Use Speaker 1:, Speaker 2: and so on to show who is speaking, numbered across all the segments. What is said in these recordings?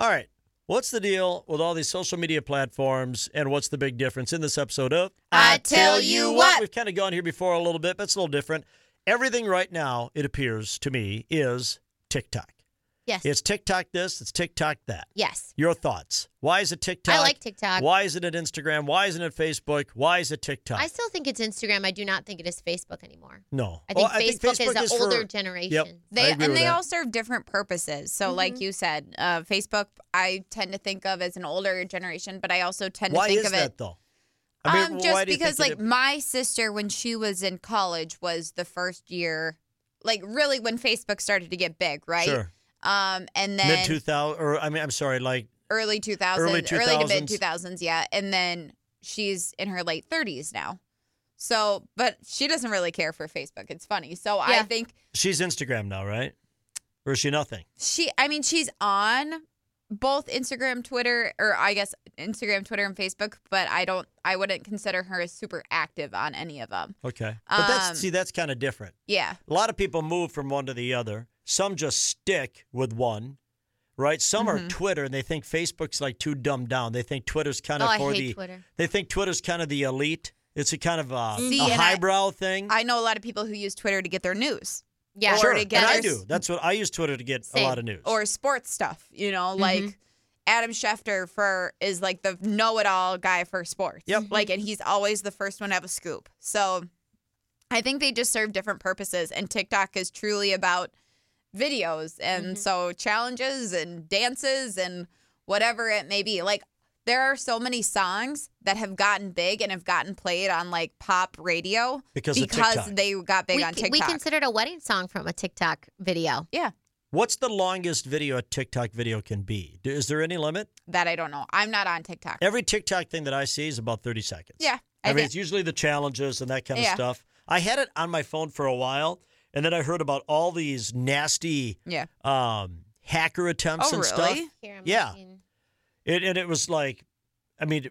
Speaker 1: All right. What's the deal with all these social media platforms and what's the big difference in this episode of
Speaker 2: I Tell You What?
Speaker 1: We've kind of gone here before a little bit, but it's a little different. Everything right now, it appears to me, is TikTok.
Speaker 2: Yes.
Speaker 1: It's TikTok this, it's TikTok that.
Speaker 2: yes.
Speaker 1: Your thoughts. Why is it TikTok?
Speaker 2: I like TikTok.
Speaker 1: Why isn't it Instagram? Why isn't it Facebook? Why is it TikTok?
Speaker 2: I still think it's Instagram. I do not think it is Facebook anymore.
Speaker 1: no.
Speaker 2: I think,
Speaker 1: Well,
Speaker 2: Facebook, is an
Speaker 1: for-
Speaker 2: older
Speaker 1: yep,
Speaker 2: generation.
Speaker 1: I agree
Speaker 3: They and
Speaker 1: with
Speaker 3: they
Speaker 1: that.
Speaker 3: all serve different purposes. So, like you said, uh, Facebook, I tend to think of as an older generation, but I also tend
Speaker 1: Why
Speaker 3: to
Speaker 1: is
Speaker 3: think of
Speaker 1: that
Speaker 3: it
Speaker 1: though?
Speaker 3: um,
Speaker 1: why
Speaker 3: just
Speaker 1: do you
Speaker 3: because,
Speaker 1: think
Speaker 3: like,
Speaker 1: it-
Speaker 3: my sister when she was in college was the first year, like, really when Facebook started to get big, right?
Speaker 1: Sure.
Speaker 3: Um, and then
Speaker 1: mid two thousand, or I mean, I'm sorry, like
Speaker 3: early 2000s, early,
Speaker 1: Early
Speaker 3: to mid
Speaker 1: 2000s.
Speaker 3: 2000s, yeah. And then she's in her late 30s now. So, but she doesn't really care for Facebook. It's funny. So I
Speaker 2: Yeah.
Speaker 3: think
Speaker 1: she's Instagram now, right? Or is she nothing?
Speaker 3: she, I mean, she's on both Instagram, Twitter, or I guess Instagram, Twitter, and Facebook, but I don't, I wouldn't consider her as super active on any of them.
Speaker 1: Okay, but that's
Speaker 3: Um,
Speaker 1: see, that's kind of different.
Speaker 3: Yeah.
Speaker 1: A lot of people move from one to the other. Some just stick with one, right? Some
Speaker 3: Mm-hmm.
Speaker 1: are Twitter and they think Facebook's like too dumbed down. They think Twitter's kind of
Speaker 2: Oh, I
Speaker 1: for
Speaker 2: hate
Speaker 1: the.
Speaker 2: Twitter.
Speaker 1: They think Twitter's kind of the elite. It's a kind of a,
Speaker 3: See,
Speaker 1: a
Speaker 3: and I-
Speaker 1: highbrow thing.
Speaker 3: I know a lot of people who use Twitter to get their news
Speaker 2: Yeah.
Speaker 1: sure,
Speaker 3: to
Speaker 1: and
Speaker 3: get
Speaker 1: I
Speaker 3: their-
Speaker 1: do. That's what I use Twitter to get
Speaker 2: Same.
Speaker 1: a lot of news.
Speaker 3: or sports stuff, you know,
Speaker 1: Mm-hmm.
Speaker 3: like Adam Schefter for is like the know it all guy for sports.
Speaker 1: Yep.
Speaker 3: Like and he's always the first one to have a scoop. So I think they just serve different purposes and TikTok is truly about videos and
Speaker 1: Mm-hmm.
Speaker 3: so challenges and dances and whatever it may be. Like there are so many songs that have gotten big and have gotten played on like pop radio
Speaker 1: Because of TikTok.
Speaker 3: they got big
Speaker 2: we,
Speaker 3: on
Speaker 2: c-
Speaker 3: TikTok.
Speaker 2: we considered a wedding song from a TikTok video.
Speaker 3: yeah.
Speaker 1: What's the longest video a TikTok video can be? Do- Is there any limit?
Speaker 3: That I don't know. I'm not on TikTok.
Speaker 1: Every TikTok thing that I see is about 30 seconds.
Speaker 3: Yeah,
Speaker 1: I,
Speaker 3: I
Speaker 1: mean,
Speaker 3: did.
Speaker 1: it's usually the challenges and that kind of
Speaker 3: Yeah.
Speaker 1: stuff. I had it on my phone for a while, and then I heard about all these nasty
Speaker 3: Yeah.
Speaker 1: um, hacker attempts
Speaker 3: Oh,
Speaker 1: and
Speaker 3: really?
Speaker 1: stuff.
Speaker 2: Here, I'm
Speaker 1: Yeah.
Speaker 2: looking.
Speaker 1: It, and it was like, I mean,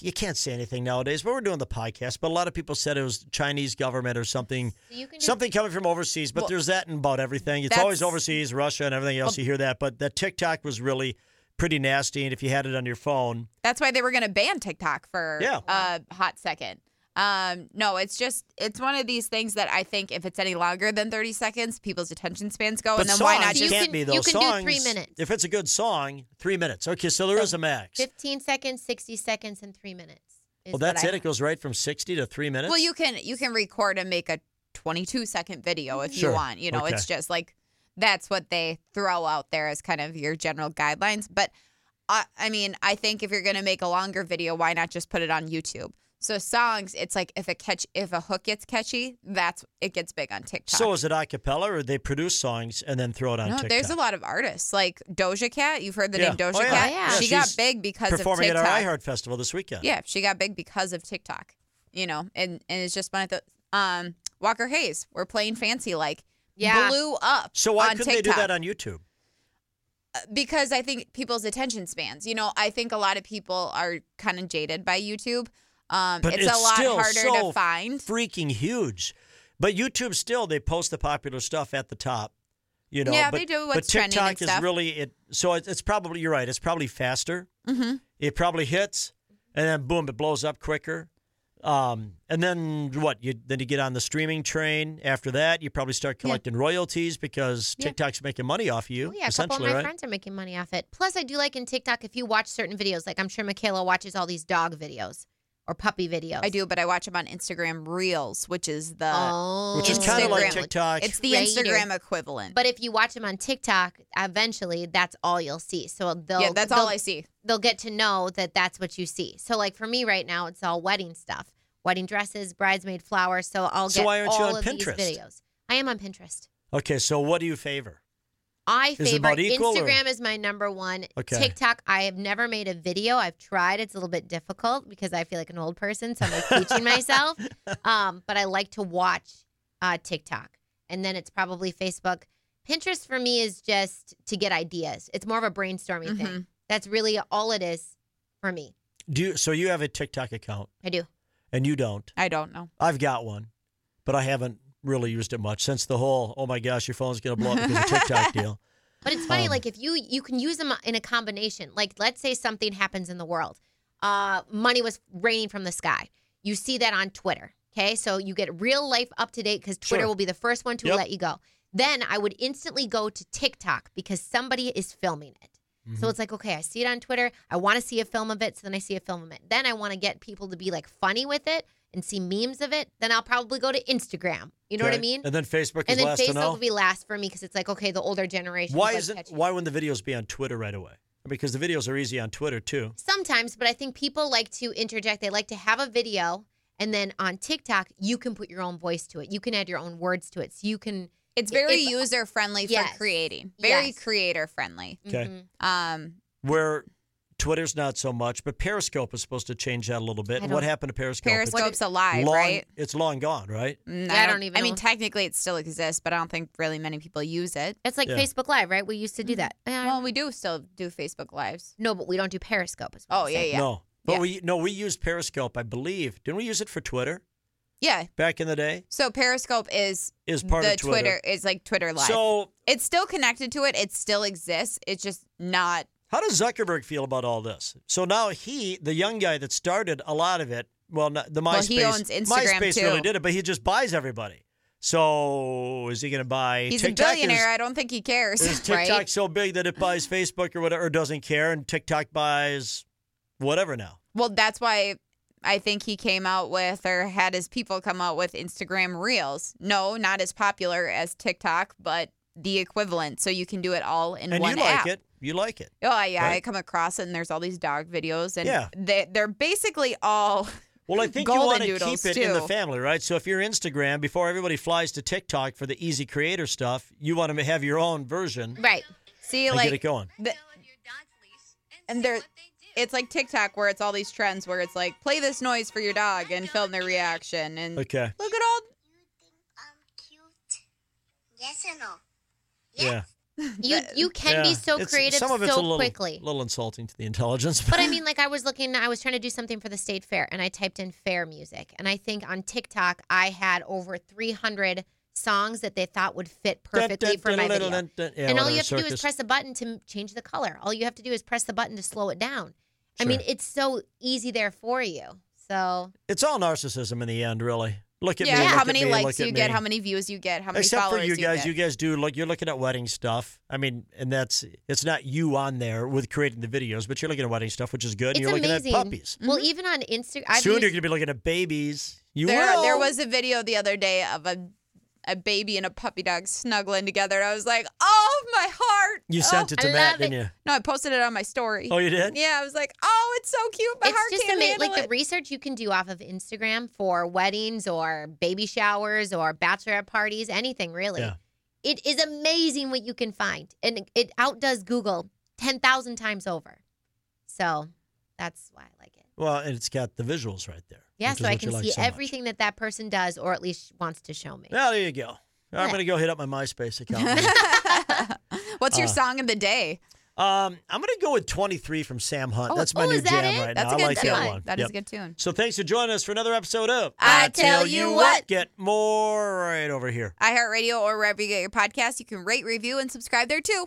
Speaker 1: you can't say anything nowadays, but we're doing the podcast. But a lot of people said it was Chinese government or something,
Speaker 2: You can just-
Speaker 1: something coming from overseas. But
Speaker 3: Well,
Speaker 1: there's that in about everything. It's
Speaker 3: that's-
Speaker 1: always overseas, Russia and everything else. you hear that, but that TikTok was really pretty nasty. And if you had it on your phone,
Speaker 3: That's why they were going to ban TikTok for
Speaker 1: Yeah.
Speaker 3: a hot second. Um, no, it's just it's one of these things that I think if it's any longer than thirty seconds, people's attention spans go,
Speaker 1: But
Speaker 3: and then
Speaker 1: songs
Speaker 3: why not
Speaker 2: You
Speaker 3: just
Speaker 1: can't
Speaker 2: can-
Speaker 1: be
Speaker 2: you
Speaker 1: though.
Speaker 2: can do
Speaker 1: songs,
Speaker 2: three minutes.
Speaker 1: If it's a good song, three minutes. Okay, so there is a max.
Speaker 2: 15 seconds, 60 seconds, and three minutes.
Speaker 1: Well,
Speaker 2: is what
Speaker 1: that's
Speaker 2: I
Speaker 1: it. It
Speaker 2: have.
Speaker 1: goes right from sixty to three minutes.
Speaker 3: Well, you can you can record and make a twenty-two second video if
Speaker 1: Sure.
Speaker 3: you want. You know, it's
Speaker 1: Okay.
Speaker 3: just like that's what they throw out there as kind of your general guidelines. But I, I mean, I think if you're going to make a longer video, why not just put it on YouTube? So songs, it's like if a catch if a hook gets catchy, that's it gets big on TikTok.
Speaker 1: So is it a cappella, or they produce songs and then throw it on
Speaker 3: No,
Speaker 1: TikTok?
Speaker 3: there's a lot of artists like Doja Cat. You've heard the
Speaker 1: Yeah.
Speaker 3: name Doja
Speaker 1: Oh, yeah.
Speaker 3: Cat.
Speaker 2: Yeah.
Speaker 3: She
Speaker 1: she's
Speaker 3: got big because of
Speaker 1: performing
Speaker 3: TikTok.
Speaker 1: at our iHeart Festival this weekend.
Speaker 3: Yeah, she got big because of TikTok. You know, and and it's just one of the um Walker Hayes. We're playing fancy like
Speaker 2: Yeah.
Speaker 3: blew up.
Speaker 1: So why
Speaker 3: on
Speaker 1: couldn't they do
Speaker 3: TikTok.
Speaker 1: that on YouTube?
Speaker 3: because I think people's attention spans. You know, I think a lot of people are kind of jaded by YouTube. Um,
Speaker 1: But
Speaker 3: it's, a lot
Speaker 1: still
Speaker 3: harder
Speaker 1: so
Speaker 3: to find.
Speaker 1: Freaking huge. But YouTube still they post the popular stuff at the top. You know,
Speaker 3: Yeah,
Speaker 1: but,
Speaker 3: they do
Speaker 1: but
Speaker 3: what's
Speaker 1: TikTok
Speaker 3: trending and
Speaker 1: is
Speaker 3: stuff.
Speaker 1: really it. So it, it's probably you're right. It's probably faster. Mm-hmm. It probably hits, and then boom, it blows up quicker. Um, and then what? You then you get on the streaming train. After that, you probably start collecting royalties because TikTok's making money off you.
Speaker 2: Oh, yeah, a couple of
Speaker 1: essentially,
Speaker 2: my
Speaker 1: right?
Speaker 2: friends are making money off it. Plus, I do like in TikTok if you watch certain videos. Like I'm sure Michaela watches all these dog videos or puppy videos.
Speaker 3: I do, but I watch them on Instagram Reels, which is the
Speaker 2: Oh,
Speaker 1: Which is kinda like
Speaker 3: Instagram.
Speaker 1: TikTok.
Speaker 3: It's the
Speaker 2: Right.
Speaker 3: Instagram equivalent.
Speaker 2: But if you watch them on TikTok, eventually that's all you'll see. So they'll
Speaker 3: yeah, that's all
Speaker 2: they'll-
Speaker 3: I see.
Speaker 2: They'll get to know that that's what you see. So like for me right now, it's all wedding stuff, wedding dresses, bridesmaid flowers. So I'll
Speaker 1: So
Speaker 2: get
Speaker 1: why aren't you
Speaker 2: all
Speaker 1: on
Speaker 2: of
Speaker 1: Pinterest?
Speaker 2: these videos. I am on Pinterest.
Speaker 1: Okay, so what do you favor?
Speaker 2: I
Speaker 1: Is it about
Speaker 2: favorite
Speaker 1: equal or-
Speaker 2: Instagram is my number one.
Speaker 1: Okay.
Speaker 2: TikTok, I have never made a video. I've tried. It's a little bit difficult because I feel like an old person, so I'm like teaching myself. Um, but I like to watch uh, TikTok, and then it's probably Facebook. Pinterest for me is just to get ideas. It's more of a brainstorming thing. That's really all it is for me.
Speaker 1: Do you, so you have a TikTok account
Speaker 2: I do.
Speaker 1: and you don't.
Speaker 3: I don't know.
Speaker 1: I've got one, but I haven't really used it much since the whole oh my gosh your phone's gonna blow up because of TikTok deal.
Speaker 2: But it's funny,
Speaker 1: Um,
Speaker 2: like if you you can use them in a combination. Like let's say something happens in the world, uh, money was raining from the sky. You see that on Twitter. Okay, so you get real life up to date because Twitter
Speaker 1: Sure.
Speaker 2: will be the first one to
Speaker 1: Yep.
Speaker 2: let you go. Then I would instantly go to TikTok because somebody is filming it.
Speaker 1: Mm-hmm.
Speaker 2: So it's like, okay, I see it on Twitter. I want to see a film of it. So then I see a film of it. Then I want to get people to be like funny with it and see memes of it. Then I'll probably go to Instagram. You know what I
Speaker 1: Okay?
Speaker 2: mean?
Speaker 1: And then Facebook
Speaker 2: And
Speaker 1: is
Speaker 2: then
Speaker 1: last to
Speaker 2: Facebook
Speaker 1: know.
Speaker 2: will be last for me because it's like, okay, the older generation.
Speaker 1: why
Speaker 2: is like
Speaker 1: isn't
Speaker 2: catching
Speaker 1: why wouldn't the videos be on Twitter right away? Because the videos are easy on Twitter too.
Speaker 2: Sometimes, but I think people like to interject. They like to have a video, and then on TikTok, you can put your own voice to it. You can add your own words to it. So you can.
Speaker 3: It's very
Speaker 2: If-
Speaker 3: user friendly
Speaker 2: Yes.
Speaker 3: for creating. Very
Speaker 2: Yes.
Speaker 3: creator friendly.
Speaker 1: Okay.
Speaker 3: Um,
Speaker 1: Where Twitter's not so much, but Periscope is supposed to change that a little bit.
Speaker 2: I
Speaker 1: And what
Speaker 2: don't-
Speaker 1: happened to Periscope? It's
Speaker 3: Periscope's alive,
Speaker 1: long-
Speaker 3: right?
Speaker 1: It's long gone, right?
Speaker 3: Mm,
Speaker 2: Yeah, I don't even
Speaker 3: I mean,
Speaker 2: know.
Speaker 3: technically, it still exists, but I don't think really many people use it.
Speaker 2: It's like
Speaker 1: Yeah.
Speaker 2: Facebook Live, right? We used to do that. Eh,
Speaker 3: Mm-hmm. Well, we do still do Facebook Lives.
Speaker 2: no, but we don't do Periscope. Is what
Speaker 3: Oh
Speaker 2: I'm
Speaker 3: yeah,
Speaker 2: saying.
Speaker 3: yeah,
Speaker 1: No. But
Speaker 3: Yeah.
Speaker 1: we no, we used Periscope, I believe. Didn't we use it for Twitter
Speaker 3: yeah.
Speaker 1: back in the day?
Speaker 3: So Periscope is
Speaker 1: Is part
Speaker 3: the
Speaker 1: of Twitter.
Speaker 3: is like Twitter Live.
Speaker 1: So
Speaker 3: it's still connected to it. It still exists. It's just not.
Speaker 1: How does Zuckerberg feel about all this? So now he, the young guy that started a lot of it, well, not, the MySpace,
Speaker 3: Well, he owns Instagram,
Speaker 1: MySpace
Speaker 3: too.
Speaker 1: really did it, but he just buys everybody. So is he going to buy?
Speaker 3: He's
Speaker 1: TikTok
Speaker 3: a billionaire.
Speaker 1: Is,
Speaker 3: I don't think he cares.
Speaker 1: is TikTok
Speaker 3: right?
Speaker 1: so big that it buys Facebook or whatever, or doesn't care, and TikTok buys whatever now?
Speaker 3: Well, that's why I think he came out with or had his people come out with Instagram Reels. No, not as popular as TikTok, but the equivalent. So you can do it all in
Speaker 1: and you
Speaker 3: one
Speaker 1: like
Speaker 3: app.
Speaker 1: it, you like it.
Speaker 3: Oh yeah, I
Speaker 1: Right.
Speaker 3: come across it, and there's all these dog videos, and
Speaker 1: Yeah.
Speaker 3: they they're basically all
Speaker 1: Well, I think
Speaker 3: Golden
Speaker 1: you want to
Speaker 3: doodles,
Speaker 1: keep it in the
Speaker 3: too.
Speaker 1: family, right? So if you're Instagram, before everybody flies to TikTok for the easy creator stuff, you want to have your own version
Speaker 2: Right.
Speaker 3: see
Speaker 1: and
Speaker 3: like
Speaker 1: get it going.
Speaker 3: the- and they're it's like TikTok where it's all these trends where it's like play this noise for your dog and film their reaction and
Speaker 1: Okay.
Speaker 3: look at all
Speaker 1: Yeah.
Speaker 2: You you can be
Speaker 1: Yeah.
Speaker 2: so
Speaker 1: It's-
Speaker 2: creative
Speaker 1: some of it's a
Speaker 2: so
Speaker 1: little,
Speaker 2: quickly.
Speaker 1: little insulting to the intelligence.
Speaker 2: But I mean, like I was looking, I was trying to do something for the state fair, and I typed in fair music, and I think on TikTok I had over 300 songs that they thought would fit perfectly for my video.
Speaker 1: Dun, dun, dun, dun, yeah,
Speaker 2: and all
Speaker 1: whatever,
Speaker 2: you have to do
Speaker 1: circus.
Speaker 2: is press a button to m- change the color. All you have to do is press the button to slow it down. I mean,
Speaker 1: Sure.
Speaker 2: it's so easy there for you. So
Speaker 1: It's all narcissism in the end, really. Look at
Speaker 3: yeah
Speaker 1: me. look
Speaker 3: how
Speaker 1: at
Speaker 3: many
Speaker 1: me,
Speaker 3: likes
Speaker 1: look at
Speaker 3: you get
Speaker 1: me.
Speaker 3: how many views you get how many
Speaker 1: Except for
Speaker 3: followers
Speaker 1: you guys,
Speaker 3: get.
Speaker 1: you, guys do look. You're looking at wedding stuff. I mean, and that's it's not you on there with creating the videos, but you're looking at wedding stuff, which is good. and
Speaker 2: it's
Speaker 1: you're looking
Speaker 2: amazing.
Speaker 1: at puppies. Mm-hmm.
Speaker 2: Well, even on Instagram,
Speaker 1: Soon you're going to be looking at babies. You
Speaker 3: there
Speaker 1: will.
Speaker 3: there was a video the other day of a a baby and a puppy dog snuggling together and I was like oh my heart
Speaker 1: You
Speaker 3: Oh.
Speaker 1: sent it to
Speaker 2: I
Speaker 1: Matt,
Speaker 2: love it.
Speaker 1: didn't you?
Speaker 3: no I posted it on my story
Speaker 1: Oh, you did.
Speaker 3: yeah I was like oh it's so cute my heart
Speaker 2: it's just
Speaker 3: can't
Speaker 2: amazing.
Speaker 3: handle
Speaker 2: Like the
Speaker 3: it.
Speaker 2: research you can do off of Instagram for weddings or baby showers or bachelorette parties, anything really.
Speaker 1: Yeah.
Speaker 2: It is amazing what you can find, and it outdoes Google ten thousand times over. So that's why I like it.
Speaker 1: Well, and it's got the visuals right there.
Speaker 2: Yeah,
Speaker 1: which
Speaker 2: so
Speaker 1: is what
Speaker 2: I
Speaker 1: you
Speaker 2: can
Speaker 1: like
Speaker 2: see
Speaker 1: so much.
Speaker 2: everything that that person does, or at least wants to show me.
Speaker 1: Well, there you go. I'm
Speaker 2: Yeah.
Speaker 1: going to go hit up my MySpace account.
Speaker 3: what's
Speaker 1: Uh.
Speaker 3: your song of the day
Speaker 1: Um, I'm going to go with 23 from Sam Hunt.
Speaker 2: Oh,
Speaker 1: That's my
Speaker 2: oh,
Speaker 1: new
Speaker 2: is that
Speaker 1: jam
Speaker 2: it?
Speaker 1: right
Speaker 3: That's
Speaker 1: now.
Speaker 3: a good
Speaker 1: I like that
Speaker 3: tune.
Speaker 1: one.
Speaker 3: That is
Speaker 1: Yep.
Speaker 3: a good tune.
Speaker 1: So thanks for joining us for another episode of
Speaker 3: I Tell You What.
Speaker 1: Get more right over here.
Speaker 3: iHeartRadio or wherever you get your podcast. You can rate, review, and subscribe there too.